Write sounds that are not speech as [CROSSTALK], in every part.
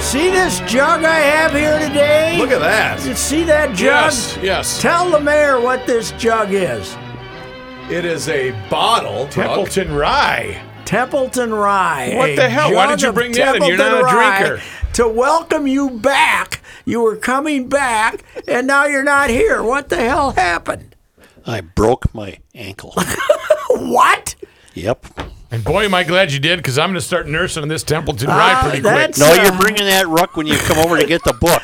See this jug I have here today? Look at that. You see that jug? Yes, yes. Tell the mayor what this jug is. It is a bottle. Brooke. Templeton Rye. Templeton Rye. What a the hell? Why jug did you of bring that in? You're Templeton not a Rye drinker. To welcome you back. You were coming back, and now you're not here. What the hell happened? I broke my ankle. What? yep. And boy, am I glad you did, because I'm going to start nursing this Templeton Rye Ah, pretty quick. that's- No, you're bringing that ruck when you come over to get the book.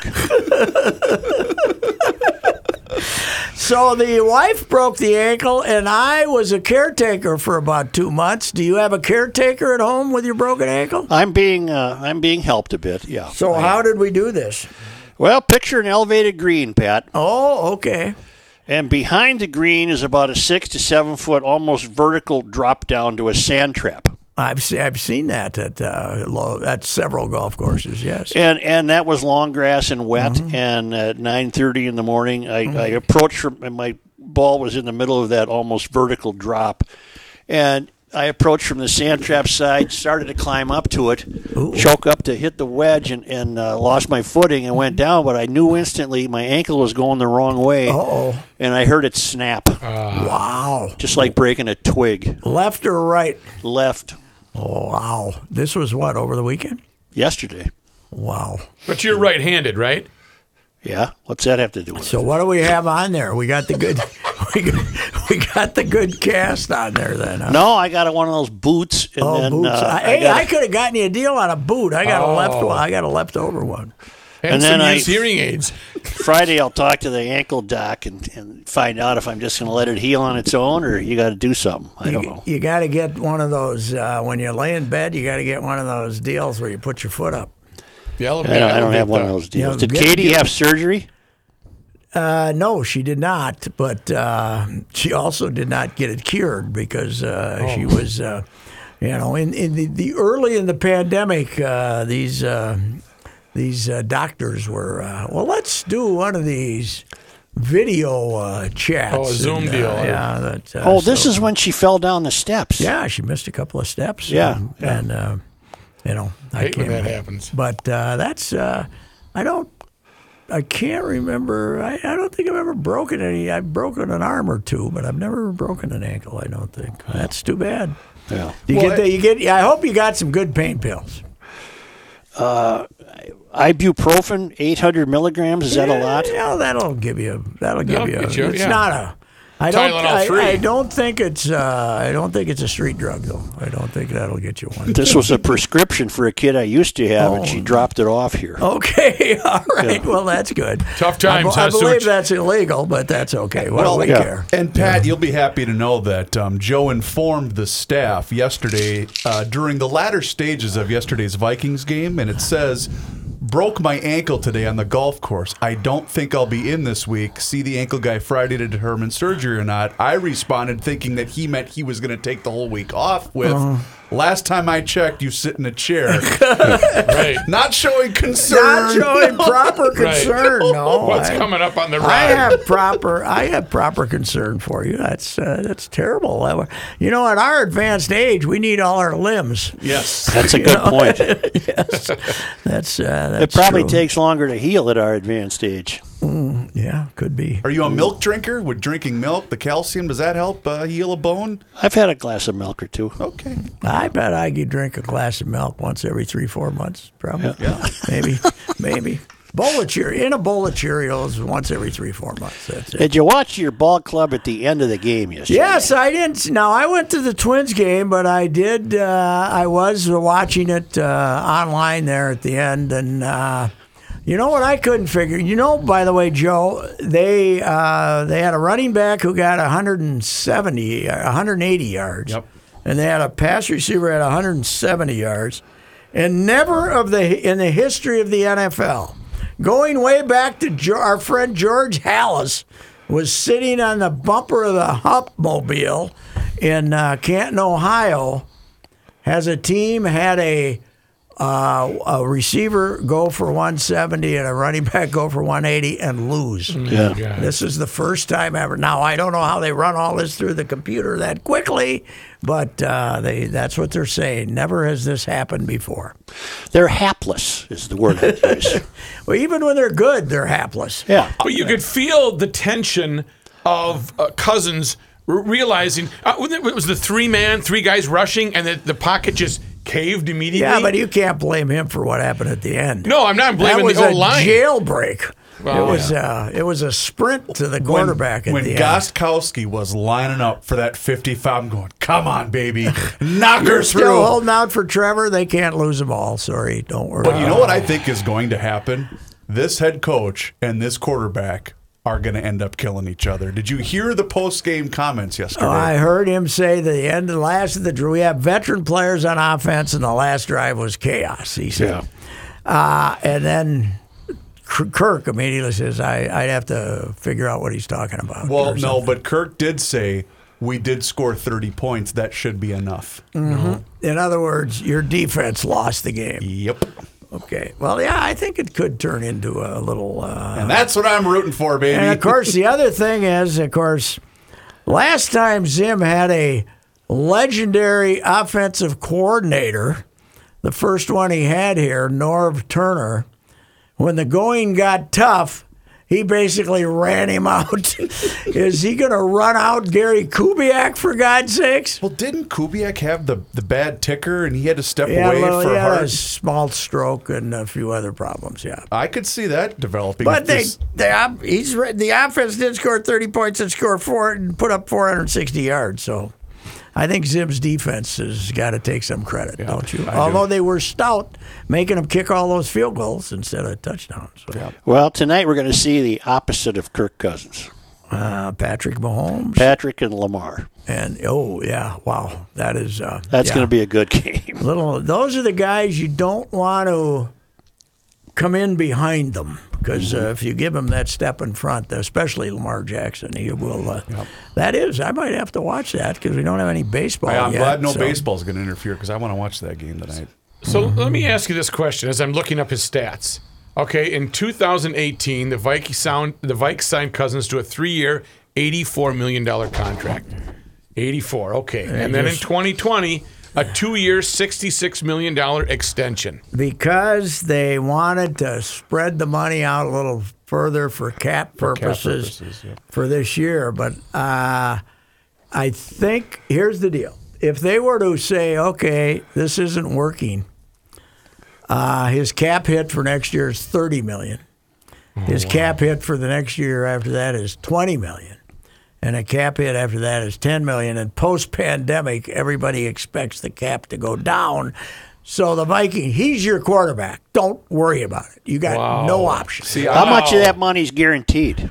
So the wife broke the ankle, and I was a caretaker for about two months. Do you have a caretaker at home with your broken ankle? I'm being uh, I'm being helped a bit. Yeah. So how did we do this? Well, picture an elevated green, Pat, Oh, okay. and behind the green is about a six to seven foot, almost vertical drop down to a sand trap. I've se- I've seen that at uh, lo- at several golf courses. Yes. And and that was long grass and wet. Mm-hmm. And at nine thirty in the morning, I, I approached from and my ball was in the middle of that almost vertical drop, and I approached from the sand trap side, started to climb up to it, choke up to hit the wedge, and and uh, lost my footing and Mm-hmm. went down. But I knew instantly my ankle was going the wrong way, Oh, and I heard it snap, wow. just like breaking a twig. Left or right? Left Oh, wow. This was what over the weekend? yesterday. Wow. But you're right handed, right? Yeah, what's that have to do with it? So what do we have on there? We got the good. [LAUGHS] we, got, we got the good cast on there then. Huh? No, I got one of those boots. And Oh, then, boots. uh, I, hey, got a- I could have gotten you a deal on a boot. I got a left Oh. one. I got a leftover one. And, And some then I- used hearing aids. Friday, I'll talk to the ankle doc and, and find out if I'm just going to let it heal on its own or you got to do something. I don't know. You got to get one of those uh, when you lay in bed. You got to get one of those deals where you put your foot up. The elevator. I don't, I don't did have one of the- those deals. Yeah, Did get- Katie get- have surgery? Uh, no, she did not, but uh, she also did not get it cured because uh, she Oh. was, uh, you know, in, in the, the early in the pandemic, uh, these uh, these uh, doctors were, uh, well, let's do one of these video uh, chats. Oh, a Zoom uh, deal. yeah. That, uh, Oh, this so- is when she fell down the steps. Yeah, she missed a couple of steps. Yeah, and, yeah. and, uh, you know, I, hate when can't- that happens. But uh, that's uh, I don't I can't remember. I, I don't think I've ever broken any. I've broken an arm or two, but I've never broken an ankle. I don't think. That's too bad. Yeah. You Well, get the, you get. I hope you got some good pain pills. Ibuprofen, 800 milligrams. Is that a lot? Yeah, that'll give you. That'll give That'll you. get you, It's yeah. not a. I don't. Tylenol I, free. I don't think it's. Uh, I don't think it's a street drug though. I don't think that'll get you one. [LAUGHS] This was a prescription for a kid I used to have, and she Oh. dropped it off here. Okay, [LAUGHS] all right. Well, that's good. Tough times, I, be- I huh, believe Such? that's illegal, but that's okay. What Well, do we yeah. care? And Pat, you'll be happy to know that um, Joe informed the staff yesterday uh, during the latter stages of yesterday's Vikings game, and it says, "Broke my ankle today on the golf course. I don't think I'll be in this week. See the ankle guy Friday to determine surgery or not." I responded thinking that he meant he was going to take the whole week off with. Last time I checked, you sit in a [LAUGHS] chair, Right. not showing Not concern. [LAUGHS] showing proper concern. No, What's I- coming up on the I ride? have proper. I have proper concern for you. That's uh, that's terrible. I- You know, at our advanced age, we need all our limbs. yes. [LAUGHS] That's a good point. That's uh, It that's probably true. takes longer to heal at our advanced age. Yeah, could be. Are you a milk drinker? With drinking milk, the calcium does that help uh, heal a bone? I've had a glass of milk or two. Okay. I bet I could drink a glass of milk once every three, four months, probably. maybe, maybe. Bowl of Cheerios, in a bowl of Cheerios once every three, four months. That's it. Did you watch your ball club at the end of the game yesterday? Yes, I didn't. Now I went to the Twins game, but I did. Uh, I was watching it uh, online there at the end, and uh, you know what? I couldn't figure. You know, by the way, Joe, they uh, they had a running back who got 170, uh, 180 yards, Yep. and they had a pass receiver at 170 yards, and never of the in the history of the NFL, going way back to jo- our friend George Hallis, was sitting on the bumper of the Humpmobile in uh, Canton, Ohio. Has a team had a uh, a receiver go for 170 and a running back go for 180 and lose? Mm-hmm. Yeah. This is the first time ever. Now I don't know how they run all this through the computer that quickly, but uh, they that's what they're saying. Never has this happened before. They're hapless, is the word [LAUGHS] I use. Well, even when they're good, they're hapless. Yeah. But you could feel the tension of uh, Cousins r- realizing uh, wasn't it it was the three man, three guys rushing, and the, the pocket just caved immediately. Yeah, but you can't blame him for what happened at the end. no, I'm not that blaming was the a O line. jailbreak. Well, it was uh, it was a sprint to the quarterback when, at when the end. Gostkowski was lining up for that 55, I'm going, come [LAUGHS] on, baby, knock her through. Still holding out for Trevor. They can't lose them all. Sorry, don't worry. But you know what I think is going to happen? This head coach and this quarterback are going to end up killing each other. Did you hear the post game comments yesterday? Oh, I heard him say the end of the last of the we have veteran players on offense, and the last drive was chaos. He said, uh, and then K- Kirk immediately says, I, "I'd have to figure out what he's talking about." well, or no, but Kirk did say we did score 30 points. That should be enough. Mm. In other words, your defense lost the game. Yep. Okay. Well, yeah, I think it could turn into a little. Uh, And that's what I'm rooting for, baby. and of course, the other thing is, of course, last time Zim had a legendary offensive coordinator, the first one he had here, Norv Turner, when the going got tough, he basically ran him [LAUGHS] out. is he going to run out Gary Kubiak for God's sakes? well, didn't Kubiak have the, the bad ticker and he had to step Yeah, away well, for he had a hard? small stroke and a few other problems. Yeah. I could see that developing. But if they, this- they op- he's re- the offense did score 30 points and score four and put up 460 yards. So I think Zim's defense has got to take some credit, don't you? Although they were stout, making them kick all those field goals instead of touchdowns. So, Well, tonight we're going to see the opposite of Kirk Cousins uh, Patrick Mahomes Patrick and Lamar. and oh yeah, wow, that is uh, That's going to be a good game. be little. Those are the guys you don't want to come in behind them. Because uh, if you give him that step in front, especially Lamar Jackson, he will. Uh, That is, I might have to watch that because we don't have any baseball. I, am yet, glad no Oh, so- baseball's going to interfere because I want to watch that game tonight. So let me ask you this question as I'm looking up his stats. Okay, in 2018, the Vikes sound the Vikes signed Cousins to a three-year, 84 million dollar contract. 84. Okay, and then in 2020, a two-year, 66 million dollar extension. Because they wanted to spread the money out a little further for cap purposes, purposes, yeah. for this year. But uh, I think here's the deal: if they were to say, "Okay, this isn't working," uh, his cap hit for next year is thirty million. His cap hit for the next year after that is twenty million, and a cap hit after that is ten million. And post-pandemic, everybody expects the cap to go down. So the Viking, he's your quarterback. Don't worry about it. You got no option. How much Oh. of that money's guaranteed?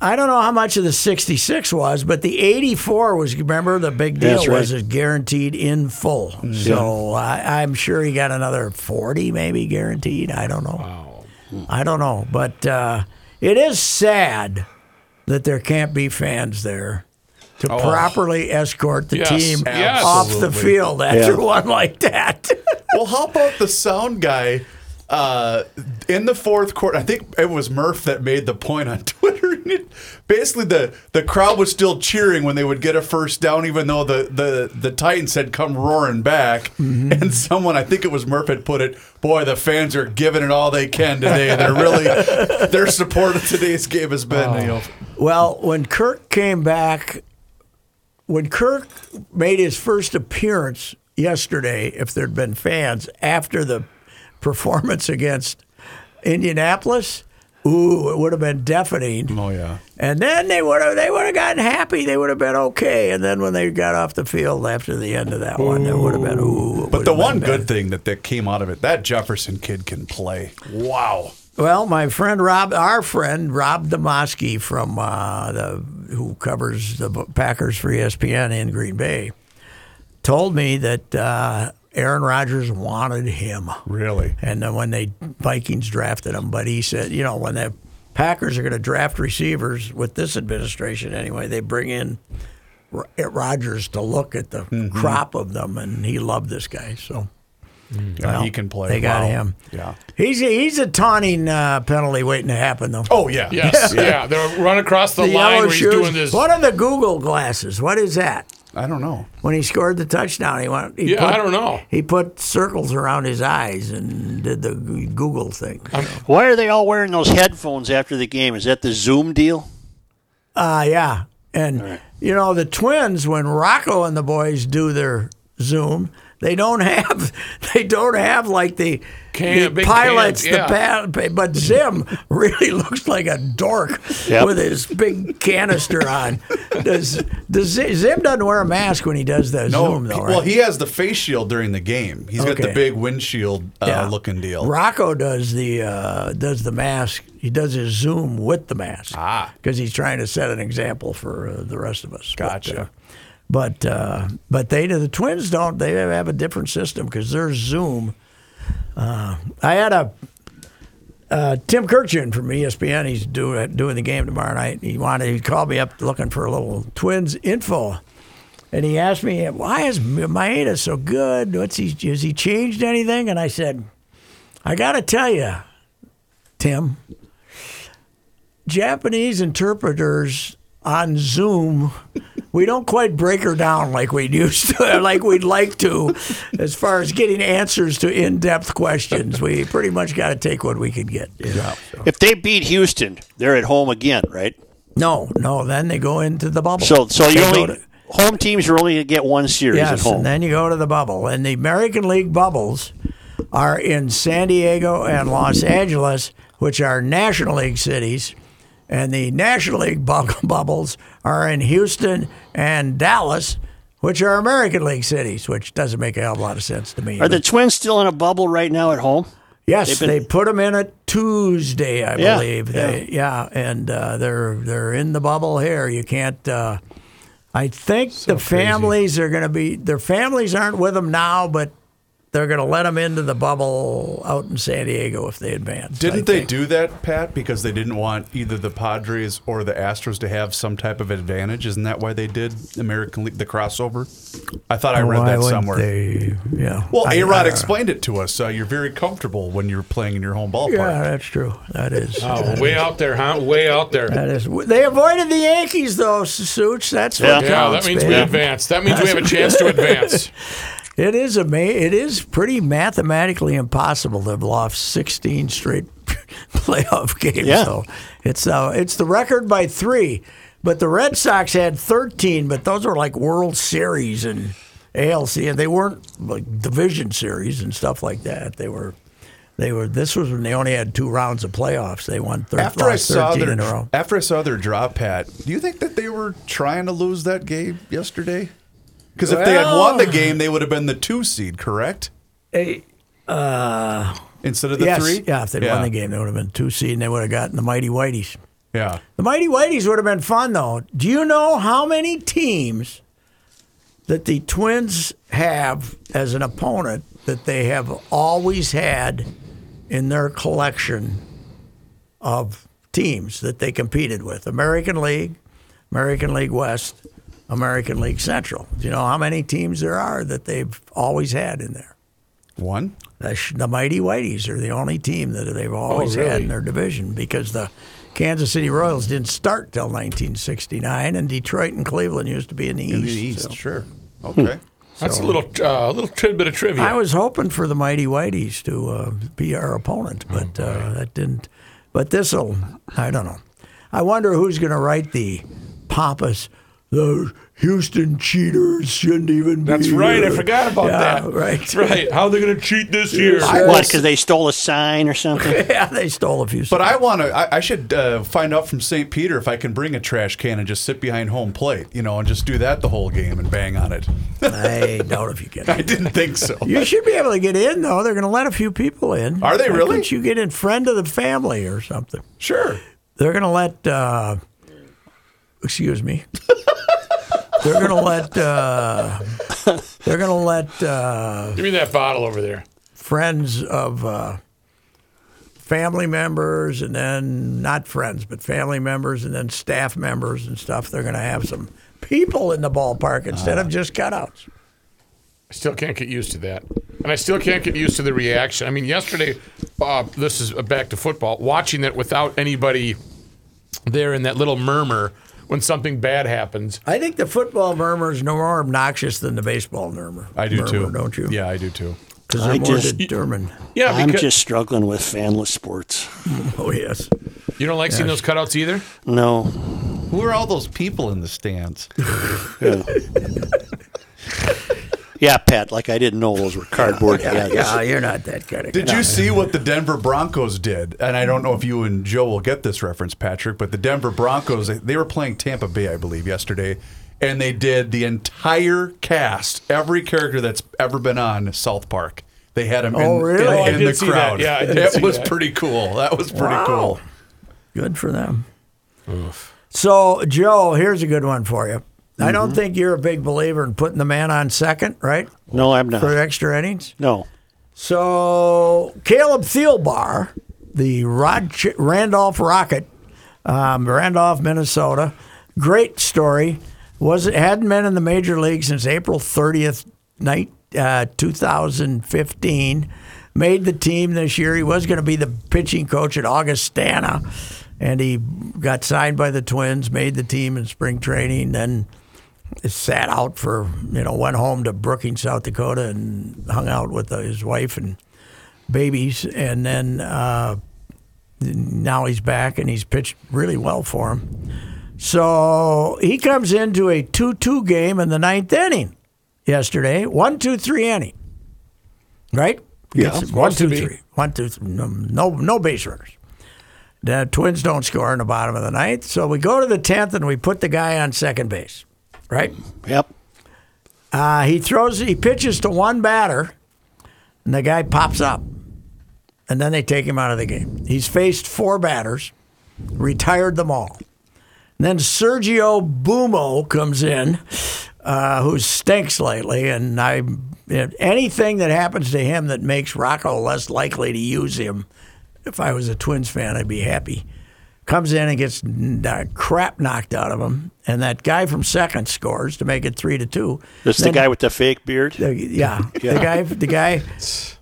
I don't know how much of the 66 was, but the 84 was, remember, the big deal That's right. was it guaranteed in full. Mm-hmm. So I, I'm sure he got another 40 maybe guaranteed. I don't know. I don't know. But uh, it is sad that there can't be fans there. to properly escort the Oh. team Yes, off absolutely. the field after one like that. [LAUGHS] Well, how about the sound guy uh, in the fourth quarter? I think it was Murph that made the point on [LAUGHS] Twitter. Basically, the, the crowd was still cheering when they would get a first down, even though the, the, the Titans had come roaring back. Mm-hmm. And someone, I think it was Murph, had put it, "Boy, the fans are giving it all they can today. They're [LAUGHS] really their support of today's game has been." You know, well, when Kirk came back, when Kirk made his first appearance yesterday, if there'd been fans after the performance against Indianapolis, ooh, it would have been deafening. oh yeah. And then they would have they would have gotten happy. They would have been okay. And then when they got off the field after the end of that one, it would have been ooh. it But would the have been one bad. good thing that, that came out of it, that Jefferson kid can play. Wow. Well, my friend Rob, our friend Rob Demosky from uh, the who covers the Packers for E ESPN in Green Bay, told me that uh, Aaron Rodgers wanted him. Really? And then when they Vikings drafted him, but he said, you know, when the Packers are going to draft receivers with this administration anyway, they bring in Ro- eh, Rodgers to look at the Mm-hmm. crop of them, and he loved this guy. So Mm. Yeah, Uh, well, he can play. They got Wow. him. Yeah. He's a, he's a taunting uh, penalty waiting to happen though. Oh yeah. Yes, [LAUGHS] yeah. They're run across the, the line yellow where he's shoes. doing this. What are the Google glasses? What is that? I don't know. When he scored the touchdown, he went. He Yeah, put, I don't know. He put circles around his eyes and did the Google thing. Why are they all wearing those headphones after the game? Is that the Zoom deal? Uh, yeah. And, you know, the twins, when Rocco and the boys do their Zoom, they don't [LAUGHS] have, they don't have like the, Can- the big pilots, cans, yeah. the pa- but Zim [LAUGHS] really looks like a dork Yep. with his big canister on. Does, does Zim, Zim doesn't wear a mask when he does the Zoom though, right? Well, he has the face shield during the game. He's got Okay. the big windshield uh, Yeah. looking deal. Rocco does the uh, does the mask. He does his Zoom with the mask. Ah. because he's trying to set an example for uh, the rest of us. Gotcha. But uh, but, uh, but they the twins don't. They have a different system because their Zoom. Uh, I had a. Uh, Tim Kirchin from E ESPN, he's do, doing the game tomorrow night. He wanted, he called me up looking for a little Twins info, and he asked me, "Why is Maeda so good? What's he? Has he changed anything?" And I said, I got to tell you, Tim, Japanese interpreters on Zoom, we don't quite break her down like we used to, [LAUGHS] like we'd like to, as far as getting answers to in depth questions. We pretty much got to take what we can get. you know, so. If they beat Houston, they're at home again, right? No, no, then they go into the bubble. So, so you They go only to- home teams are only going to get one series Yes, at home. and then you go to the bubble, and the American League bubbles are in San Diego and Los Angeles, which are National League cities, and the National League [LAUGHS] bu- bubbles are in Houston and Dallas, which are American League cities, which doesn't make a hell of a lot of sense to me. are the Twins still in a bubble right now at home? yes, been- they put them in it Tuesday, I Yeah, believe. They, yeah, and uh, they're they're in the bubble here. You can't. Uh, I think the families are going to be their families aren't with them now, but they're going to let them into the bubble out in San Diego if they advance. I Didn't they think. do that, Pat? Because they didn't want either the Padres or the Astros to have some type of advantage. Isn't that why they did American League the crossover? I thought I read Why that wouldn't somewhere. they? yeah. Well, I- A I Rod don't explained it to us. Uh, you're very comfortable when you're playing in your home know. Yeah, ballpark. that's true. That is. Oh, way out there, huh? Way out there. That is. They avoided the Yankees though, Suits. That's what Yeah. yeah, counts, that means we man. advance. That means we have a chance to advance. It is ama- It is pretty mathematically impossible to have lost 16 straight [LAUGHS] playoff games. Yeah. So it's uh, it's the record by three, but the Red Sox had 13. But those were like World Series and ALC, and they weren't like division series and stuff like that. They were. They were. This was when they only had two rounds of playoffs. They won thir- After I lost saw 13 their in a row. after I saw their drop, Pat, do you think that they were trying to lose that game yesterday? Because if they had won the Well- game, they would have been the two seed, correct? Instead of the yes, three? yeah. If they'd won the game, they would have been two seed, and they would have gotten the mighty whiteys. Yeah. The Mighty Whiteys would have been fun, though. Do you know how many teams that the Twins have as an opponent that they have always had in their collection of teams that they competed with? American League, American League West, American League Central. Do you know how many teams there are that they've always had in there? One. The, Sh- the Mighty Whiteys are the only team that they've always had Oh, really? in their division because the Kansas City Royals didn't start till 1969, and Detroit and Cleveland used to be in the In the East. East, so. sure. Okay. That's a little uh, a little tidbit of trivia. I was hoping for the Mighty Whiteys to uh, be our opponent, Oh, but uh, that didn't. But this'll, I don't know. I wonder who's going to write the pompous, the Houston cheaters shouldn't even be. That's right. I here." forgot about Yeah, that. Right. Right. How they going to cheat this year? What? Because they stole a sign or something? [LAUGHS] Yeah, they stole a few. But I want to. I, I should uh, find out from St. Peter if I can bring a trash can and just sit behind home plate, you know, and just do that the whole game and bang on it. [LAUGHS] I doubt if you [LAUGHS] get. I It. didn't think so. You should be able to get in though. They're going to let a few people in. Are they Why really? couldn't you get in friend of the family or something. Sure. They're going to let. Uh, excuse [LAUGHS] me. they're going to let. Uh, they're going to let uh, Give me that bottle over there. friends of uh, family members, and then not friends, but family members, and then staff members and stuff. They're going to have some people in the ballpark instead Ah. of just cutouts. I still can't get used to that, and I still can't get used to the reaction. I mean, yesterday, uh, this is uh, back to football. Watching it without anybody there in that little murmur when something bad happens. I think the football murmur is no more obnoxious than the baseball murmur. I do murmur, too. Don't you? Yeah, I do too. because they're I more just- determined. [LAUGHS] [LAUGHS] Yeah, I'm because just struggling with fanless sports. Oh yes. you don't like seeing those cutouts either. No. Who are all those people in the stands? Yeah. Yeah, Pat, like I didn't know those were [LAUGHS] cardboard Yeah, heads. yeah, you're not that kind of. Did guy. you see what the Denver Broncos did? And I don't know if you and Joe will get this reference, Patrick, but the Denver Broncos, they- they were playing Tampa Bay, I believe, yesterday, and they did the entire cast, every character that's ever been on South Park. They had them in, Oh, really? in- Oh, I in did the see that. crowd. Yeah, I did it see was that. pretty cool. That was pretty Wow. cool. Good for them. So, Joe, here's a good one for you. I Mm-hmm. don't think you're a big believer in putting the man on second, right, No, I'm for not. extra innings. No. So, Caleb Thielbar, the Rod Randolph Rocket, um, Randolph, Minnesota, great story. Was hadn't been in the major league since April 30th, night uh, 2015. Made the team this year. He was going to be the pitching coach at Augustana, and he got signed by the Twins. Made the team in spring training, then sat out for you know went home to Brookings, South Dakota, and hung out with uh, his wife and babies, and then uh, now he's back and he's pitched really well for him. So he comes into a two-two game in the ninth inning yesterday, one two three inning, right? Yeah. Gets- one two to be. three, one two three, no no, no base runners. The Twins don't score in the bottom of the ninth, so we go to the tenth and we put the guy on second base, right? Yep. Uh, he throws, he pitches to one batter, and the guy pops up, and then they take him out of the game. He's faced four batters, retired them all. And then Sergio Bumo comes in, uh, who stinks lately, and I anything that happens to him that makes Rocco less likely to use him, if I was a Twins fan, I'd be happy. Comes in and gets the crap knocked out of him, and that guy from second scores to make it three to two. That's the Then- guy with the fake beard. the- yeah, the guy, the guy,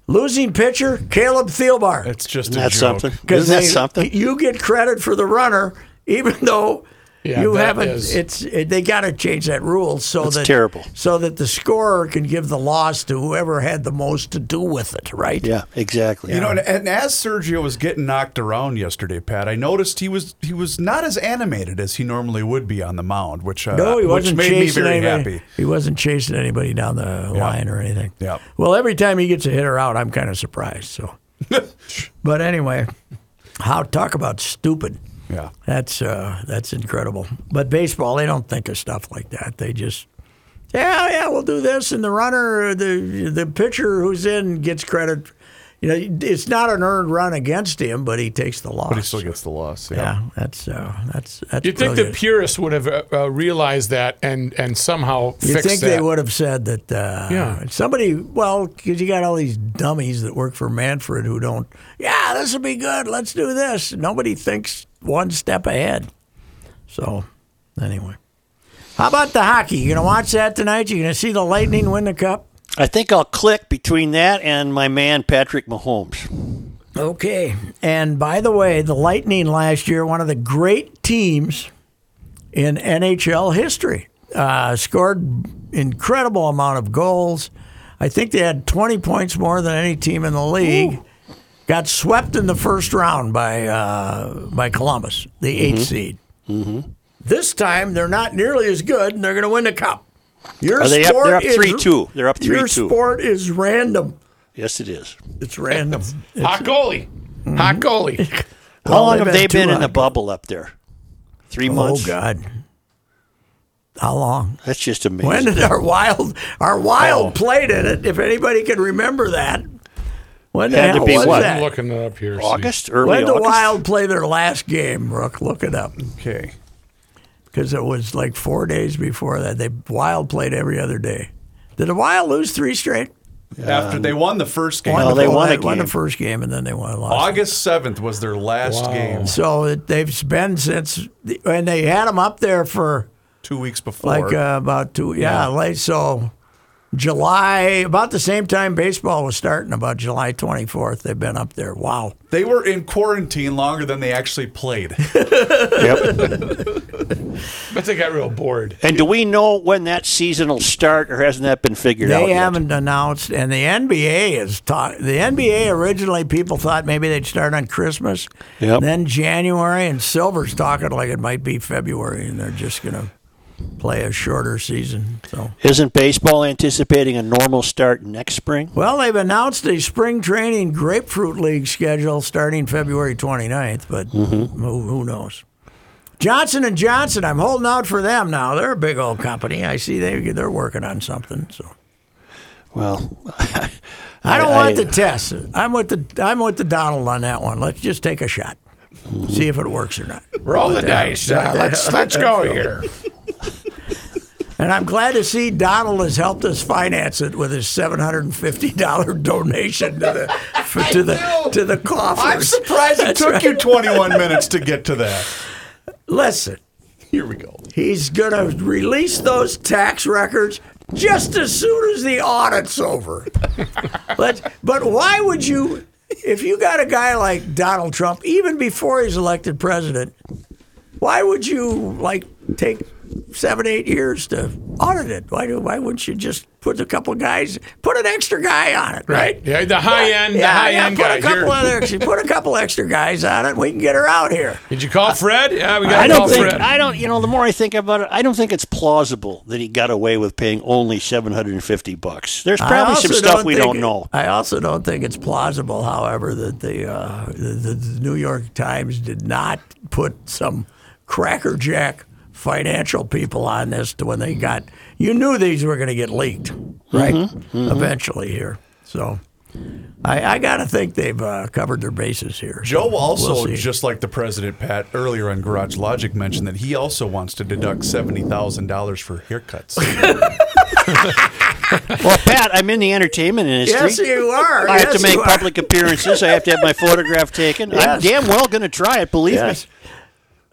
losing pitcher Caleb Thielbar. It's just a That's joke. something. Isn't that they- something? You get credit for the runner, even though Yeah, you that haven't. is- It's it, they got to change that rule so That's that terrible. so that the scorer can give the loss to whoever had the most to do with it. Right? Yeah, exactly. You know, and, and as Sergio was getting knocked around yesterday, Pat, I noticed he was he was not as animated as he normally would be on the mound, which uh, No, he which wasn't made me chasing very anybody. happy. He wasn't chasing anybody down the line or anything. Yep. Well, every time he gets a hitter out, I'm kind of surprised. [LAUGHS] So, but anyway, how talk about stupid? Yeah. That's uh, that's incredible. But baseball, they don't think of stuff like that. They just, yeah, yeah, we'll do this, and the runner, the the pitcher who's in gets credit. You know, it's not an earned run against him, but he takes the loss. But he still gets the loss. yeah, that's uh, that's that's. You'd think brilliant. the purists would have uh, uh, realized that and and somehow You fixed think that. they would have said that? Uh, Yeah. Somebody, well, because you got all these dummies that work for Manfred who don't. Yeah, this will be good. Let's do this. Nobody thinks one step ahead. So, anyway, How about the hockey? You gonna watch that tonight? You gonna see the Lightning win the cup? I think I'll click between that and my man Patrick Mahomes. Okay. And by the way, the Lightning last year, one of the great teams in NHL history, uh, scored incredible amount of goals. I think they had 20 points more than any team in the league. Got swept in the first round by uh, by Columbus, the eighth Mm-hmm. seed. This time they're not nearly as good, and they're going to win the cup. Your Are they up- sport they're up is- 3-2. They're up Your 3-2. sport is random. Yes, it is. It's random. Hot goalie. Mm-hmm. Hot goalie. How Well, long they've have had they two been in the hot- bubble up there? Three months. Oh God! How long? That's just [LAUGHS] amazing. When did our wild our Oh. wild played in it? If anybody can remember that, when the Had to hell be was what? I'm that? looking it up here. see. August, early when did August. Wild play their last game, Rook? Look it up Okay. because it was like four days before that. They Wild played every other day. Did the Wild lose three straight? After they won the first game, Well, they won a won the game. first game and then they won lost. August 7th was their last game, So it, they've been since, the, and they had them up there for two weeks before. like uh, about two yeah, like so july about the same time baseball was starting about july 24th they've been up there wow they were in quarantine longer than they [LAUGHS] actually played. Yep. But they got real bored. and do we know when that season will start, or hasn't that been figured out? they yet? haven't announced and the nba is talk the nba originally people thought maybe they'd start on christmas Yep. then january and silver's talking like it might be february and they're just gonna play a shorter season so Isn't baseball anticipating a normal start next spring? well they've announced a spring training grapefruit league schedule starting february 29th but who, who knows Johnson and Johnson, I'm holding out for them now. They're a big old company. I see they they're working on something. So Well, [LAUGHS] I don't I- want the I- test. I'm with the I'm with the Donald on that one. Let's just take a shot, see if it works or not. Roll the dice. Uh, let's let's go here. And I'm glad to see Donald has helped us finance it with his $750 donation to the for, to the know. to the coffers. I'm surprised it That's took right. you 21 minutes to get [LAUGHS] to that. Listen, Here we go. he's gonna release those tax records just as soon as the audit's [LAUGHS] over. but but why would you if you got a guy like Donald Trump, even before he's elected president, why would you like take seven, eight years to audit it? Why do why wouldn't you just put a couple guys put an extra guy on it, right? Yeah, the high end, the Yeah, high yeah, end put guy. a couple Here. other extra, put a couple extra guys on it. We can get her out here. Did you call Fred? Yeah, we got I to don't call think Fred. I don't. You know, the more I think about it, I don't think it's plausible that he got away with paying only seven hundred and fifty bucks. There's I probably some also stuff we think- [LAUGHS] don't know. I also don't think it's plausible, however, that the, uh, the, the New York Times did not put some crackerjack financial people on this to when they got. You knew these were going to get leaked, Mm-hmm. right? Eventually here, so I, I got to think they've uh, covered their bases here. Joe also, We'll see. just like the president, Pat, earlier on Garage Logic mentioned that he also wants to deduct $70,000 for haircuts. [LAUGHS] Well, Pat, I'm in the entertainment industry. yes, you are. I have Yes, to make you are. public appearances. I have to have my photograph taken. I'm Yes. damn well going to try it. Believe Yes.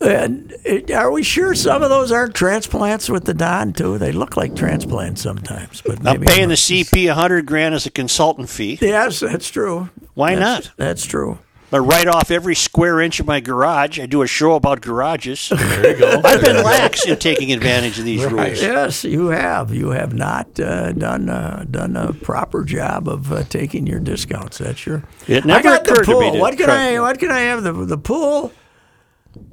And it, are we sure some of those aren't transplants with the Don too? They look like transplants sometimes, but me. I'm maybe paying not. the CP a hundred grand as a consultant fee. Yes, that's true. Why That's- not? That's true. I write off every square inch of my garage. I do a show about [LAUGHS] garages. there you go. I've been lax in taking advantage of these rules. Yes, you have. You have not uh, done uh, done a proper job of uh, taking your discounts. That's sure. It I never got the occurred to me pool. to what can cut- I? What can I have? The the pool.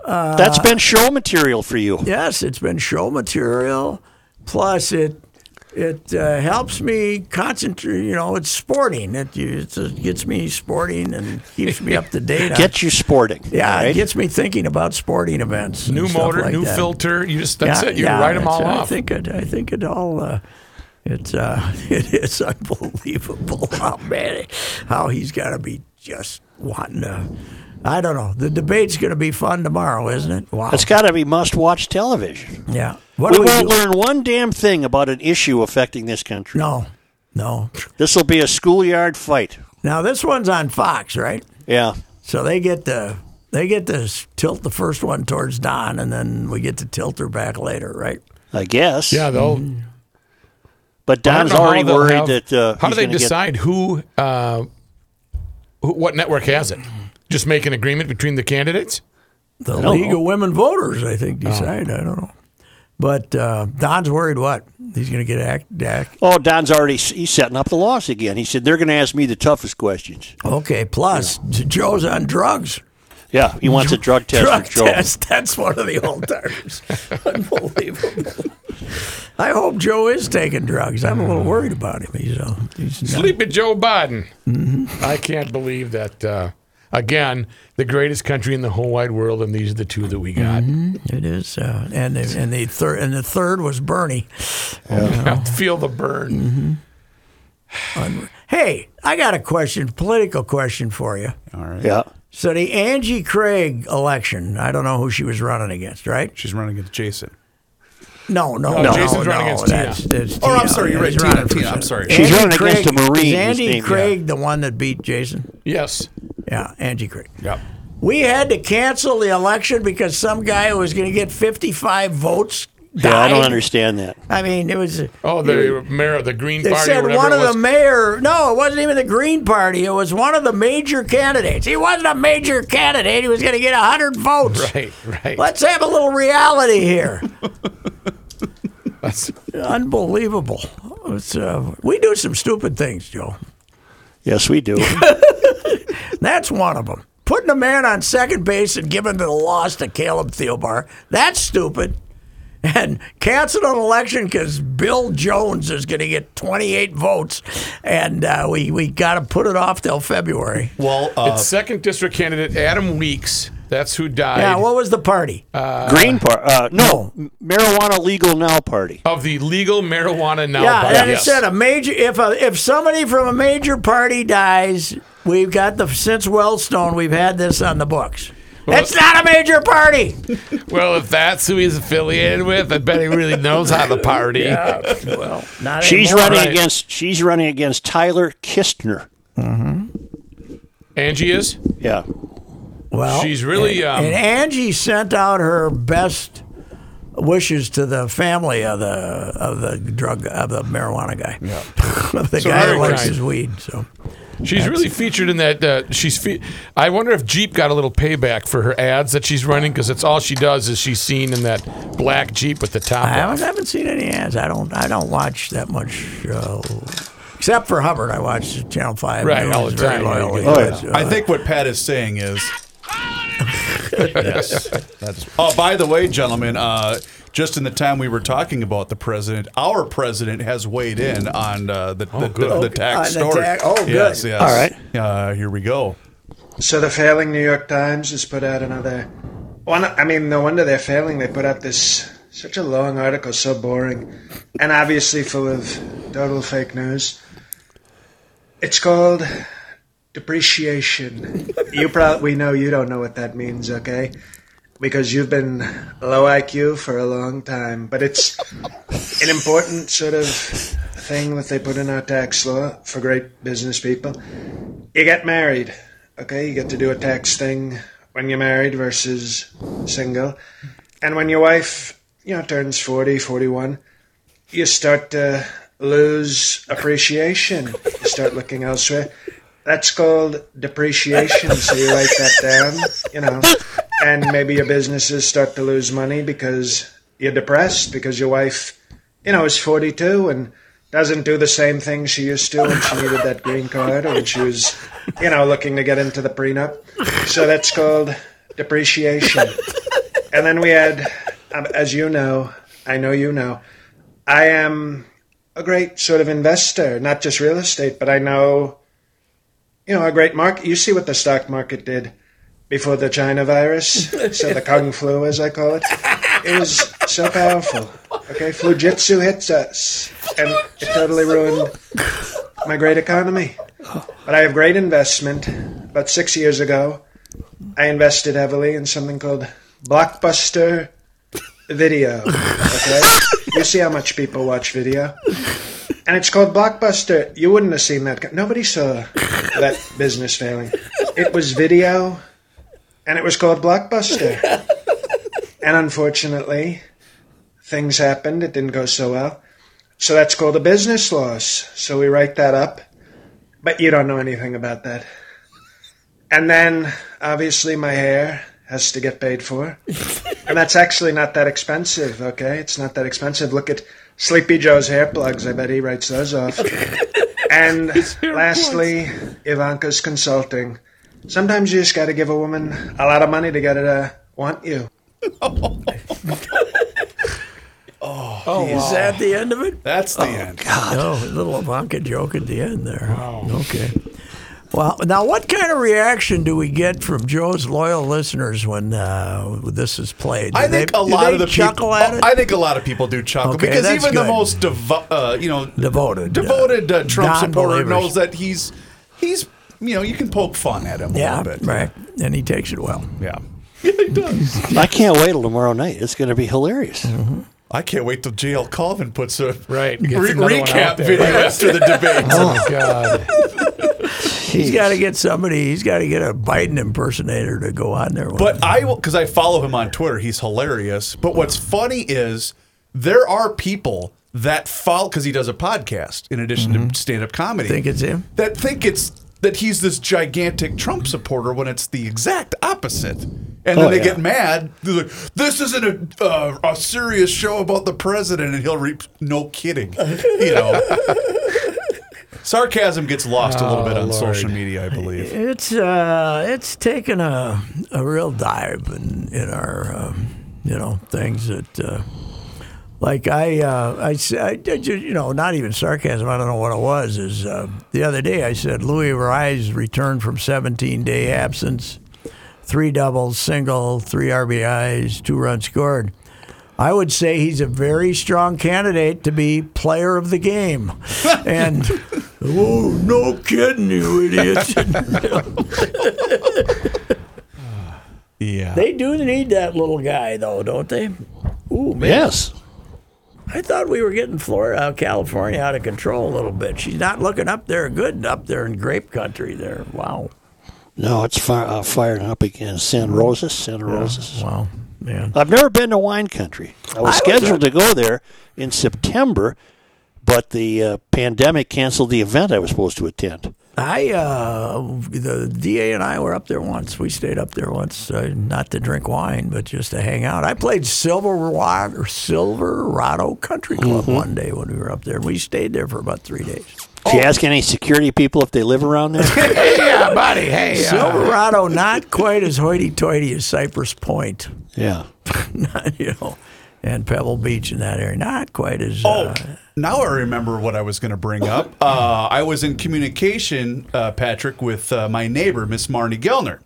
That's been show material for you. Yes, it's been show material. Plus, it it uh, helps me concentrate. You know, it's sporting. It, it's, it gets me sporting and keeps me up to date. on- Get you sporting. yeah, all it right? gets me thinking about sporting events. and New stuff motor, like new that. filter. You just that's it. You write them that's all it. I off. think it. I think it all. Uh, it's uh, [LAUGHS] it is unbelievable [LAUGHS] how man how he's got to be just wanting to. I don't know. The debate's going to be fun tomorrow, isn't it? Wow. It's got to be must-watch television. yeah. What We do we won't do? learn one damn thing about an issue affecting this country. No, no. This will be a schoolyard fight. Now this one's on Fox, right? Yeah. So they get the they get to s- tilt the first one towards Don, and then we get to tilt her back later, right? I guess. Yeah, though. Mm-hmm. But I don't Don's know how already they'll worried have- that. Uh, how do he's they gonna get- decide who, uh, who, what network has it? Just make an agreement between the candidates. The don't Oh. League know. of Women Voters, I think, decide. I don't know. But uh, Don's worried what? He's going to get act, act. Oh, Don's already he's setting up the loss again. He said they're going to ask me the toughest questions. Okay, plus Joe's on drugs. Yeah, he [LAUGHS] wants a drug test Drug for Joe. test. That's one [LAUGHS] of the old timers. Unbelievable. I hope Joe is taking drugs. I'm a little Mm. worried about him. He's, uh, he's not- Sleepy Joe Biden. Mm-hmm. I can't believe that. Uh, again, the greatest country in the whole wide world, and these are the two that we got. [LAUGHS] It is, uh, and the, and the third and the third was Bernie. Feel the burn. Mm-hmm. Hey, I got a question, political question for you. Yeah, So the Angie Craig election, I don't know who she was running against, right? She's running against Jason. No, no, No, no. Oh, Jason's running against that's- Tina. Oh, that's Or, I'm sorry, you're right, He's Tina, running for Tina, I'm Senate. sorry. She's Angie running Craig- against a Marine, Is his Angie name, yeah. Craig the one that beat Jason? Yes. Yeah, Angie Craig. Yep. We had to cancel the election because some guy who was going to get 55 votes died. yeah. I don't understand that. I mean, it was. Oh, the mayor of the Green They Party. or said whatever one it of the was. mayor. No, it wasn't even the Green Party. It was one of the major candidates. He wasn't a major candidate. He was going to get hundred votes. [LAUGHS] Right, [LAUGHS] right. Let's have a little reality here. That's- Unbelievable. It's, uh, we do some stupid things, Joe. Yes, we do. [LAUGHS] That's one of them. Putting a man on second base and giving the loss to Caleb Thielbar. That's stupid. And canceling an election because Bill Jones is going to get 28 votes, and uh, we we got to put it off till February. Well, uh, it's second district candidate Adam Weeks. That's who died Yeah, what was the party? Green Party. Uh, no, marijuana legal now party. of the legal marijuana now. yeah, party. and it Yes. said a major if a, if somebody from a major party dies, we've got the since Wellstone we've had this on the books. it's not a major party. Well, if that's who he's affiliated with, I bet he really knows how to party. well, not She's anymore. running right. against. She's running against Tyler Kistner. Angie is. Yeah, Well, She's really. Um, Oh. and Angie sent out her best wishes to the family of the of the drug of the marijuana guy. [LAUGHS] Yeah, the So guy very who likes kind. his weed. So she's really featured in that. Uh, she's. Fe- I wonder if Jeep got a little payback for her ads that she's running because that's all she does is she's seen in that black Jeep with the top. I haven't, off. haven't seen any ads. I don't I don't watch that much. Uh, Except for Hubbard, I watch Channel Five. Right, news all the very time. loyally. Oh, yeah. But, uh, I think what Pat is [LAUGHS] saying is. yes, that's. Oh, by the way, gentlemen, uh, just in the time we were talking about the president, our president has weighed in on uh, the, the, the, the tax On the story. tax- oh, good. Yes, yes. All right. Uh, here we go. So the failing New York Times has put out another one. I mean, no wonder they're failing. They put out this such a long article, so boring, and obviously full of total fake news. It's called depreciation. You probably we know you don't know what that means, okay? Because you've been low IQ for a long time, but it's an important sort of thing that they put in our tax law for great business people you get married, okay? You get to do a tax thing when you're married versus single. And when your wife, you know, turns 40, 41, you start to lose appreciation. You start looking elsewhere. That's called depreciation. So you write that down, you know, and maybe your businesses start to lose money because you're depressed because your wife, you know, is 42 and doesn't do the same thing she used to when she needed that green card or when she was, you know, looking to get into the prenup. So that's called depreciation. And then we had, um, as you know, I know you know, I am a great sort of investor, not just real estate, but I know, you know, a great market. You see what the stock market did before the China virus, so the Kung Flu, as I call it. It was so powerful. Okay, Fujitsu hits us, and it totally ruined my great economy. But I have great investment. About six years ago, I invested heavily in something called Blockbuster video. Okay, you see how much people watch video, and it's called Blockbuster. You wouldn't have seen that. co- Nobody saw that business failing. It was video, and it was called Blockbuster. And unfortunately, things happened. It didn't go so well. So that's called a business loss. So we write that up. But you don't know anything about that. And then, obviously, my hair has to get paid for. and that's actually not that expensive, okay? It's not that expensive. Look at Sleepy Joe's hair plugs. I bet he writes those off. and lastly, Ivanka's consulting. Sometimes you just got to give a woman a lot of money to get her to want you. uh, Is that the end of it? That's the end. No, a little Ivanka joke at the end there. Okay. Well, now what kind of reaction do we get from Joe's loyal listeners when uh, this is played? Do I think they- a do lot they of the chuckle people, at it. I think a lot of people do chuckle Okay, because that's even the good. most devo- uh, you know Devoted, devoted uh, uh, Trump supporter non-believers. knows that he's he's you know you can poke fun at him a yeah, little bit. right. And he takes it well. Yeah. Yeah, he does. I can't wait till tomorrow night. It's going to be hilarious. I can't wait till JL Colvin puts a Right, re- gets another one recap out there. [LAUGHS] video after the debate. Oh God! He's got to get somebody. He's got to get a Biden impersonator to go on there. With him. But I will because I follow him on Twitter. He's hilarious. But what's funny is there are people that follow because he does a podcast in addition to stand up comedy. Mm-hmm. Think it's him? That think it's that he's this gigantic Trump supporter when it's the exact opposite. And then Oh, they yeah. get mad. They're like, "This isn't a, uh, a serious show about the president," and he'll reap. No [LAUGHS] kidding, you know. Sarcasm gets lost a little bit Oh, on social media, I believe. It's uh, it's taken a a real dive in in our um, you know things that uh, like I uh, I s- I did ju- you know not even sarcasm I don't know what it was is uh, the other day I said Louis Rise returned from 17 day absence, three doubles, single, three RBIs, two runs scored. I would say he's a very strong candidate to be player of the game, and. Oh, no kidding, you idiots. Yeah. They do need that little guy, though, don't they? Ooh, man. Yes. I thought we were getting Florida, uh, California out of control a little bit. She's not looking up there good up there in grape country there. Wow. No, it's fire, uh, firing up again. San Rosas, Santa Rosas. Wow, man. I've never been to wine country. I was scheduled to go there in September, but the uh, pandemic canceled the event I was supposed to attend. I, uh, the DA and I were up there once. We stayed up there once, uh, not to drink wine, but just to hang out. I played Silverado, Silverado Country Club one day when we were up there. We stayed there for about three days. If you ask any security people if they live around [LAUGHS] there, yeah, buddy. Hey, Silverado, not quite as hoity-toity as Cypress Point. yeah. [LAUGHS] not, you know, and Pebble Beach in that area. Not quite as. Oh, Uh, now I remember what I was going to bring up. [LAUGHS] Uh, I was in communication, uh, Patrick, with uh, my neighbor, Miss Marnie Gellner,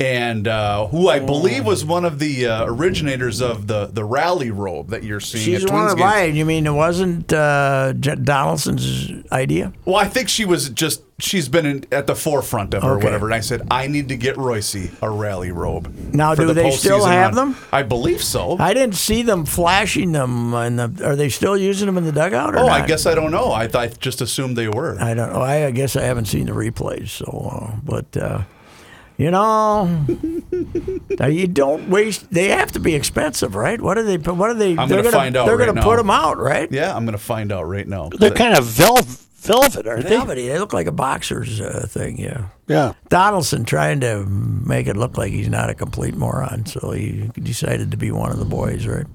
and uh, who Oh. I believe was one of the uh, originators of the, the rally robe that you're seeing. she's at one Twins of games. mine. You mean it wasn't uh, J- Donaldson's idea? Well, I think she was just she's been in, at the forefront of it or Okay. whatever. And I said I need to get Royce a rally robe. Now, for do the they still postseason have run." them? I believe so. I didn't see them flashing them. In the, are they still using them in the dugout? Or oh, I not? guess I don't know. I, I just assumed they were. I don't know. I, I guess I haven't seen the replays. So, uh, but uh, you know, [LAUGHS] now you don't waste. They have to be expensive, right? What are they? What are they? I'm they're gonna find out They're right going to now. put them out, right? yeah, I'm going to find out right now. They're kind of vel- velvet, aren't they? Velvety. They look like a boxer's uh, thing. Yeah. Yeah. Donaldson trying to make it look like he's not a complete moron, so he decided to be one of the boys, right?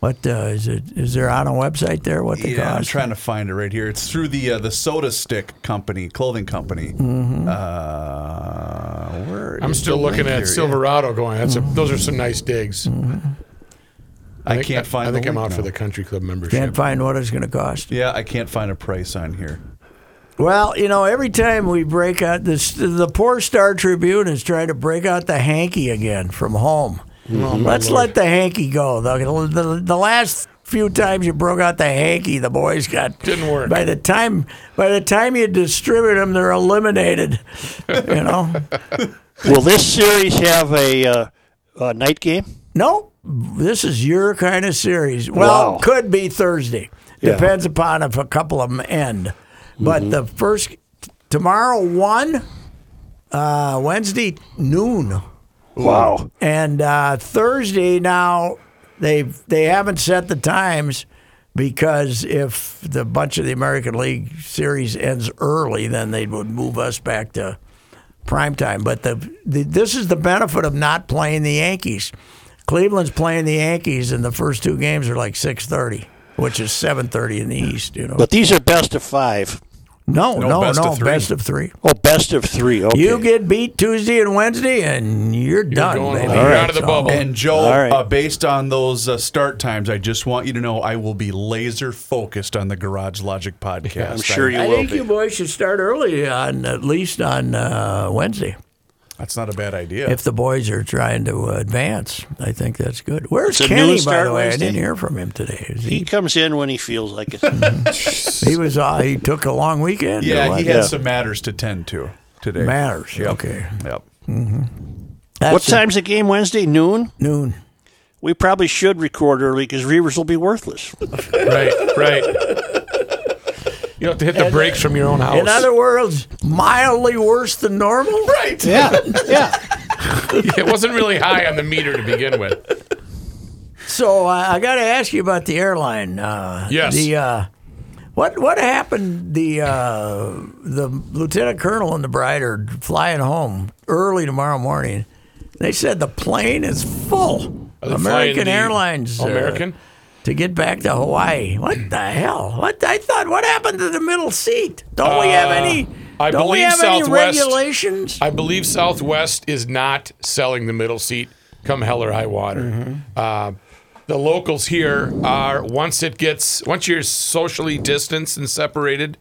What uh, is it? Is there on a website there what they Mm-hmm. Yeah, I'm cost? trying to find it right here. It's through the uh, the Soda Stick Company, clothing company. Uh, where I'm is still the looking link at here? Silverado. Going, that's a, those are some nice digs. Yeah. I, think- can't find. I think the I'm link out for now. the country club membership. Can't find what it's going to cost. Yeah, I can't find a price on here. Well, you know, every time we break out this, the poor Star Tribune is trying to break out the hanky again from home. Let's let the hanky go. The, the, the last few times you broke out the hanky, the boys got Didn't work. By the time by the time you distribute them, they're eliminated. You know, [LAUGHS] Will this series have a, uh, a night game? nope. This is your kind of series. Well, Wow. could be Thursday. Yeah. Mm-hmm. Depends upon if a couple of them end. But the first tomorrow one, uh, Wednesday noon. Wow. And uh, Thursday now, they they haven't set the times because if the bunch of the American League series ends early, then they would move us back to prime time. But the, the this is the benefit of not playing the Yankees. Cleveland's playing the Yankees, and the first two games are like six thirty, which is seven thirty in the East. You know, But these are best of five. no, no, No, no, best of three. best of three. Oh, best of three. Okay. You get beat Tuesday and Wednesday, and you're done. going baby. home. You're out of the So- bubble. And Joe, All right. uh, based on those uh, start times, I just want you to know I will be laser focused on the Garage Logic podcast. I'm sure you I will think be. you boys should start early on at least on uh, Wednesday. That's not a bad idea. If the boys are trying to uh, advance, I think that's good. Where's It's a Kenny? noon By start the way, Wednesday. I didn't hear from him today. Is he he, comes in when he feels like [LAUGHS] it. he was uh, he took a long weekend. or yeah, what? he had Yeah. some matters to tend to today. matters. Yep. Okay, Yep. that's at what time's the game Wednesday? Noon? noon. We probably should record early because Reavers will be worthless. Right, right. You have to hit the brakes from your own house. In other words, mildly worse than normal. Right. Yeah, yeah. [LAUGHS] [LAUGHS] it wasn't really high on the meter to begin [LAUGHS] with. So uh, I got to ask you about the airline. Uh, Yes. The uh, what what happened? The uh, the lieutenant colonel and the bride are flying home early tomorrow morning. They said the plane is full. Are they flying American the Airlines. uh, American. to get back to Hawaii. What the hell? What I thought? What happened to the middle seat? Don't we have any? Uh, I don't we believe have Southwest- any regulations? I believe Southwest is not selling the middle seat come hell or high water. Mm-hmm. Uh, the locals here are once it gets once you're socially distanced and separated,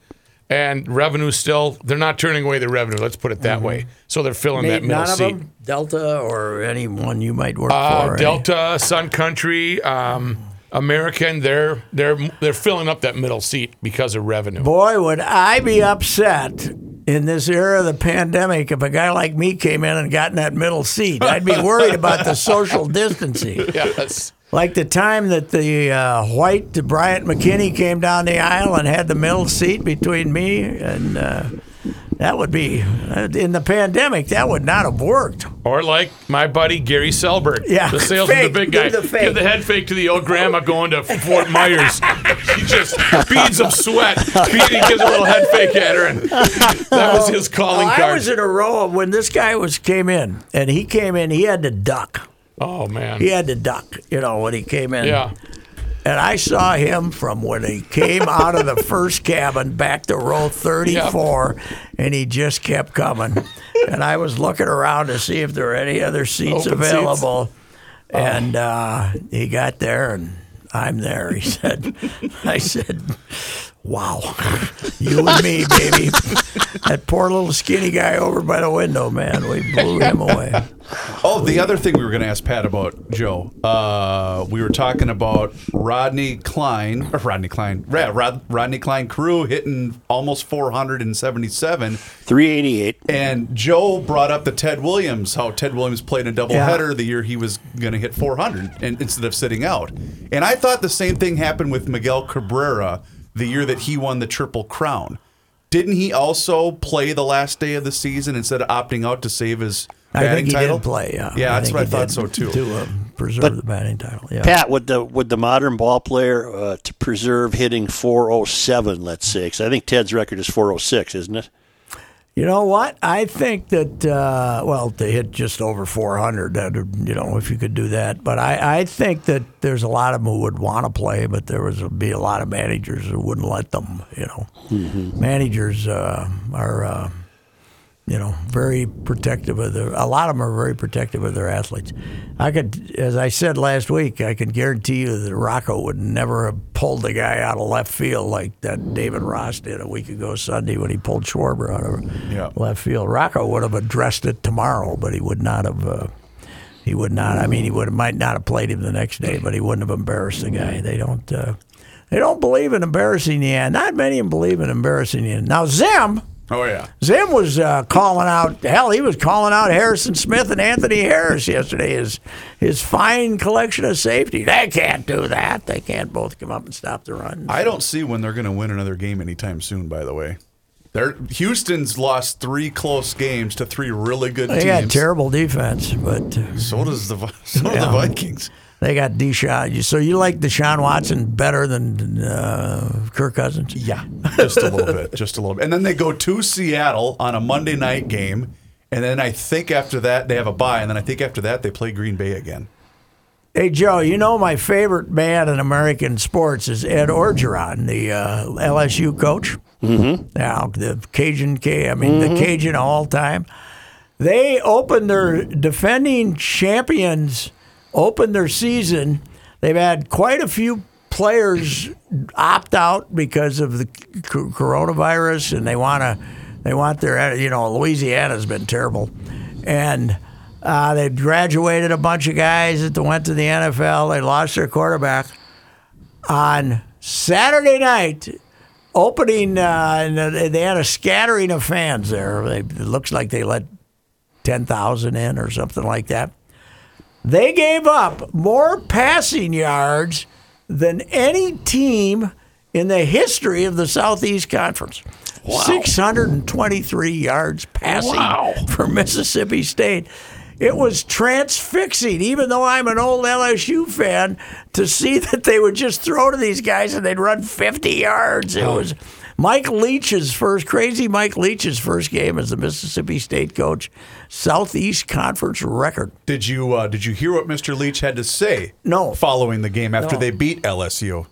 and revenue still they're not turning away the revenue. Let's put it that way. So they're filling that Mm-hmm. middle None of seat. them. Delta or anyone you might work Uh, for. any- Delta, Sun Country, um, American, they're they're they're filling up that middle seat because of revenue. Boy, would I be upset in this era of the pandemic if a guy like me came in and got in that middle seat. I'd be worried about the social distancing. Yes. Like the time that the uh, white to Bryant McKinney came down the aisle and had the middle seat between me and uh, that would be uh, in the pandemic. That would not have worked. Or like my buddy Gary Selberg, Yeah. the salesman, Fake. the big Give guy. the fake. Give the head fake to the old grandma going to Fort Myers. she just beads of sweat. Beating, gives a little head fake at her, and that was his calling Oh, I card. was in a row when this guy was came in and he came in. He had to duck. oh man, He had to duck. You know when he came in. yeah. And I saw him from when he came out of [LAUGHS] the first cabin back to row 34, and he just kept coming. And I was looking around to see if there were any other seats Open seats. available. Oh. And uh, he got there, and I'm there. He said, [LAUGHS] I said, wow, you and me, [LAUGHS] baby. that poor little skinny guy over by the window, man, we blew him away. Oh, the other thing we were going to ask Pat about, Joe. Uh, we were talking about Rodney Klein, or Rodney Klein, yeah, Rod, Rodney Klein crew hitting almost 477. 388. And Joe brought up the Ted Williams, how Ted Williams played a doubleheader the year he was going to hit 400 and, instead of sitting out. And I thought the same thing happened with Miguel Cabrera the year that he won the Triple Crown. Didn't he also play the last day of the season instead of opting out to save his I [LAUGHS] batting think he title? did play, yeah. Yeah, that's think what I he thought did so too. To uh, preserve the batting title, yeah. Pat, would the would the modern ball player uh, to preserve hitting 407? Let's say, 'Cause I think Ted's record is 406, isn't it? You know what? I think that uh, well, to hit just over 400, that you know, if you could do that. But I, I think that there's a lot of them who would want to play, but there was be a lot of managers who wouldn't let them. You know, managers uh, are uh, you know very protective of their. A lot of them are very protective of their athletes. I could, as I said last week, I can guarantee you that Rocco would never have pulled the guy out of left field like that David Ross did a week ago Sunday when he pulled Schwarber out of Yeah. left field. Rocco would have addressed it tomorrow, but he would not have. Uh, he would not. I mean, he would might not have played him the next day, but he wouldn't have embarrassed the guy. They don't. Uh, they don't believe in embarrassing you. Not many of them believe in embarrassing you. Now Zim, Oh yeah. Zim was uh, calling out. Hell, he was calling out Harrison Smith and Anthony Harris yesterday. His his fine collection of safety. They can't do that. They can't both come up and stop the run. I don't see when they're going to win another game anytime soon. By the way, they're, Houston's lost three close games to three really good They teams. got terrible defense, but. [LAUGHS] So does the Vi- so do the Vikings. They got Deshaun. So you like Deshaun Watson better than uh, Kirk Cousins? Yeah, just a little bit, just a little bit. And then they go to Seattle on a Monday night game, and then I think after that they have a bye, and then I think after that they play Green Bay again. Hey Joe, you know my favorite man in American sports is Ed Orgeron, the uh, LSU coach. Mm-hmm. Now the Cajun, K, I mean the Cajun of all time. They opened their defending champions, opened their season. They've had quite a few players opt out because of the c- coronavirus, and they want to. They want their. You know, Louisiana's been terrible, and. Uh, they graduated a bunch of guys that went to the NFL. They lost their quarterback on Saturday night. Opening, uh, and they they had a scattering of fans there. They, it looks like they let ten thousand in or something like that. They gave up more passing yards than any team in the history of the Southeast Conference. 623 yards passing for Mississippi State. It was transfixing, even though I'm an old LSU fan, to see [LAUGHS] that they would just throw to these guys and they'd run 50 yards. It was Mike Leach's first, crazy Mike Leach's first game as the Mississippi State coach, Southeast Conference record. Did you uh, did you hear what Mr. Leach had to say? No. Following the game after No. they beat LSU.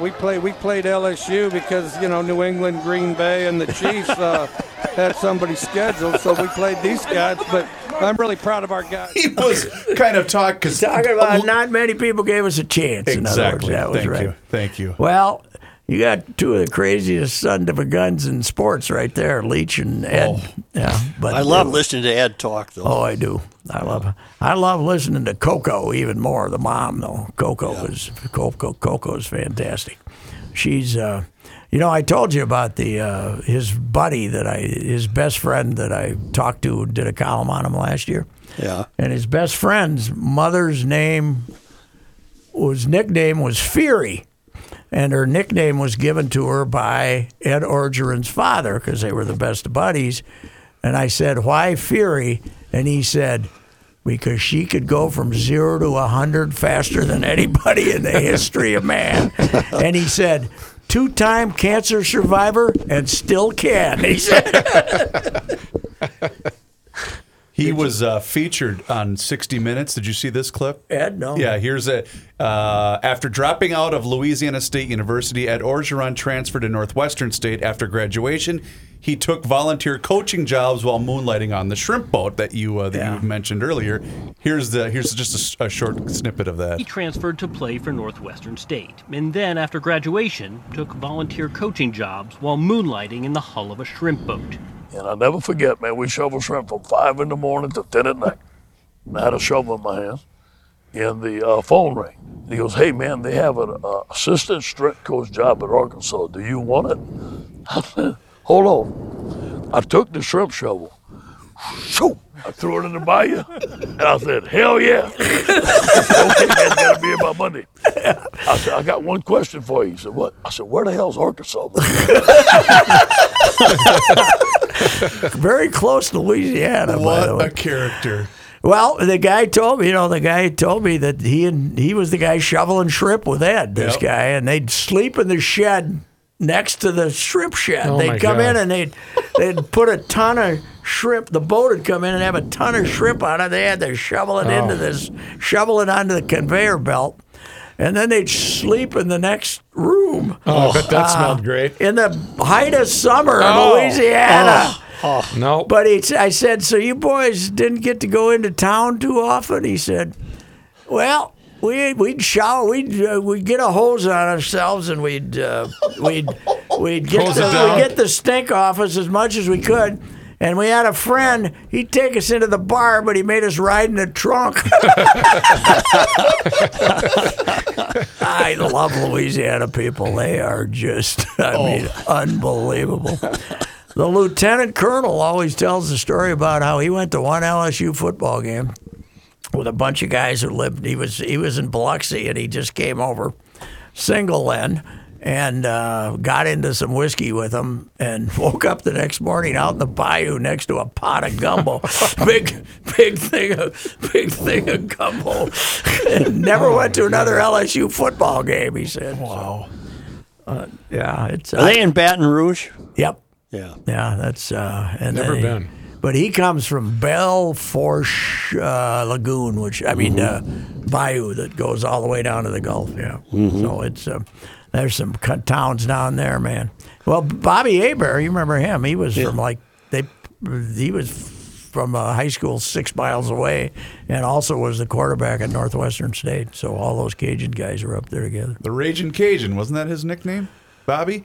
we play we played LSU because you know New England, Green Bay, and the Chiefs uh, had somebody scheduled, so we played these guys. But I'm really proud of our [LAUGHS] guys. He was kind of talk because Talking about not many people gave us a chance. in other words. exactly. that was Thank right. you. Thank you. Well, you got two of the craziest son of a guns in sports right there, Leach and Ed. Oh. Yeah, but I love listening to Ed talk, though. Oh, I do. I love. I love listening to Coco even more. The mom though, Coco is Coco. Coco is fantastic. She's. Uh, you know, I told you about the uh, his buddy that I his best friend that I talked to did a column on him last year Yeah. and his best friend's mother's name was nickname was Fury, and her nickname was given to her by Ed Orgeron's father because they were the best buddies. And I said, "Why Fury?" And he said, "Because she could go from zero to a hundred faster than anybody in the history of man." and he said. Two time cancer survivor and still can. He said, He was uh, featured on 60 Minutes. Did you see this clip? Ed, no. Yeah, here's a. Uh, after dropping out of Louisiana State University, Ed Orgeron transferred to Northwestern State after graduation. He took volunteer coaching jobs while moonlighting on the shrimp boat that you uh, that Yeah. you mentioned earlier. Here's the here's just a s- a, short snippet of that. He transferred to play for Northwestern State, and then after graduation, took volunteer coaching jobs while moonlighting in the hull of a shrimp boat. And I never forget, man, we shoveled shrimp from five in the morning to ten at night. And I had a shovel in my hand, and the uh, phone rang. And he goes, "Hey, man, they have an uh, assistant strength coach job at Arkansas. Do you want it?" I said, "Hold on." I took the shrimp shovel. Shoo! I threw it in the bayou, and I said, "Hell yeah!" [LAUGHS] okay, that's gotta be about Monday. I said, "I got one question for you." He said, "What?" I said, "Where the hell's Arkansas?" [LAUGHS] very close to Louisiana. [LAUGHS] by the What way. a character! Well, the guy told me, you know, the guy told me that he and he was the guy shoveling shrimp with Ed, this Yep. guy, and they'd sleep in the shed next to the shrimp shed. Oh, my they'd come in God. and they'd they'd put a ton of shrimp. The boat would come in and have a ton of shrimp on it. They had to shovel it Oh. into this, shovel it onto the conveyor belt, and then they'd sleep in the next room Uh, Oh, I bet that smelled great. in the height of summer Oh. in Louisiana. No, But he, s- I said, so you boys didn't get to go into town too often? He said, well, we, we'd shower, we'd, uh, we'd get a hose on ourselves and we'd, uh, we'd, we'd, get Hose it the, down. we'd get the stink off us as much as we could. And we had a friend, he'd take us into the bar, but he made us ride in the [LAUGHS] trunk. I love Louisiana people. They are just, I Oh. mean, unbelievable. The lieutenant colonel always tells the story about how he went to one LSU football game with a bunch of guys who lived. He was he was in Biloxi and he just came over single then, and uh, got into some whiskey with him and [LAUGHS] woke up the next morning out in the bayou next to a pot of [LAUGHS] gumbo. big, big thing of, big thing of gumbo. [LAUGHS] and never Oh, went to another LSU football game, he said. Wow. yeah, it's. Are Uh, they in Baton Rouge? yep. Yeah. Yeah, that's. Uh, and Never then he- been. But he comes from Belle Fourche uh, Lagoon, which I mean uh, Mm-hmm. bayou that goes all the way down to the Gulf. Yeah, so it's uh, there's some co- towns down there, man. Well, Bobby Aber, you remember him? He was from like they he was from a high school six miles away, and also was the quarterback at Northwestern State. So all those Cajun guys were up there together. The Raging Cajun, wasn't that his nickname? Bobby?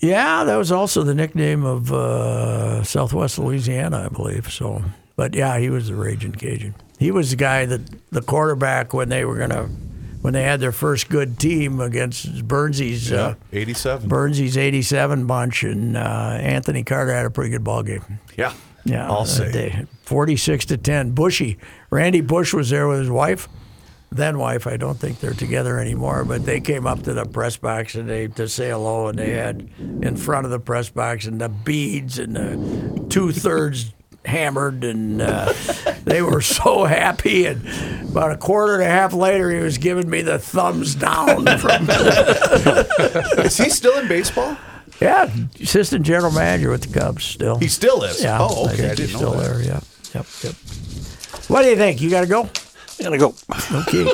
Yeah, that was also the nickname of uh, Southwest Louisiana, I believe. So, but yeah, he was the raging Cajun. He was the guy that the quarterback when they were gonna when they had their first good team against Burnsy's uh, 87. Burnsy's '87 bunch, and uh, Anthony Carter had a pretty good ball game. yeah. Yeah, I'll uh, say. they- forty-six to ten. Bushy, Randy Bush was there with his wife, then wife. I don't think they're together anymore. But they came up to the press box and they to say hello, and they had in front of the press box and the beads and the two-thirds. [LAUGHS] Hammered and uh, they were [LAUGHS] so happy. And about a quarter and a half later, he was giving me the thumbs down [LAUGHS] from Is he still in baseball? yeah, assistant general manager with the Cubs still. He still is. Yeah. Oh, okay. I, think didn't he's know still that. there. Yeah. Yep. Yep. What do you think? You got to go. I gotta go. Okay.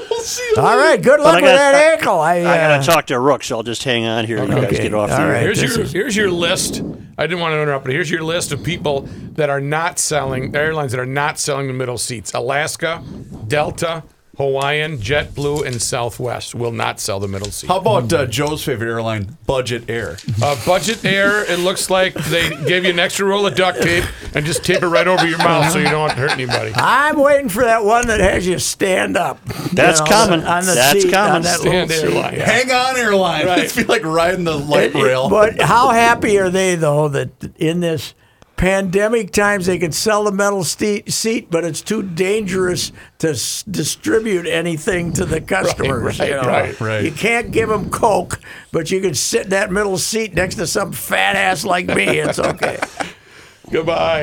All right. Good luck I with gotta- that ankle. I, uh, I gotta talk to Rook, so I'll just hang on here. You guys Okay. get off. All the air. right. Here's this your is- here's your list. I didn't want to interrupt, but here's your list of people that are not selling airlines that are not selling the middle seats. Alaska, Delta, Hawaiian, JetBlue, and Southwest will not sell the middle seat. How about uh, Joe's favorite airline, Budget Air? Uh, budget air. It looks like they gave you an extra roll of duct tape and just tape it right over your mouth so you don't hurt anybody. I'm waiting for that one that has you stand up. That's coming. On the That's seat, coming. On that Stand little seat. airline. Hang on, airline. [LAUGHS] Right. I feel like riding the light It- it- rail. But how happy are they though that in this pandemic times they can sell the metal ste seat, but it's too dangerous to s- distribute anything to the customers. [LAUGHS] right, you know? right, right. You can't give them Coke, but you can sit in that middle seat next to some fat ass like me. It's okay. [LAUGHS] Goodbye.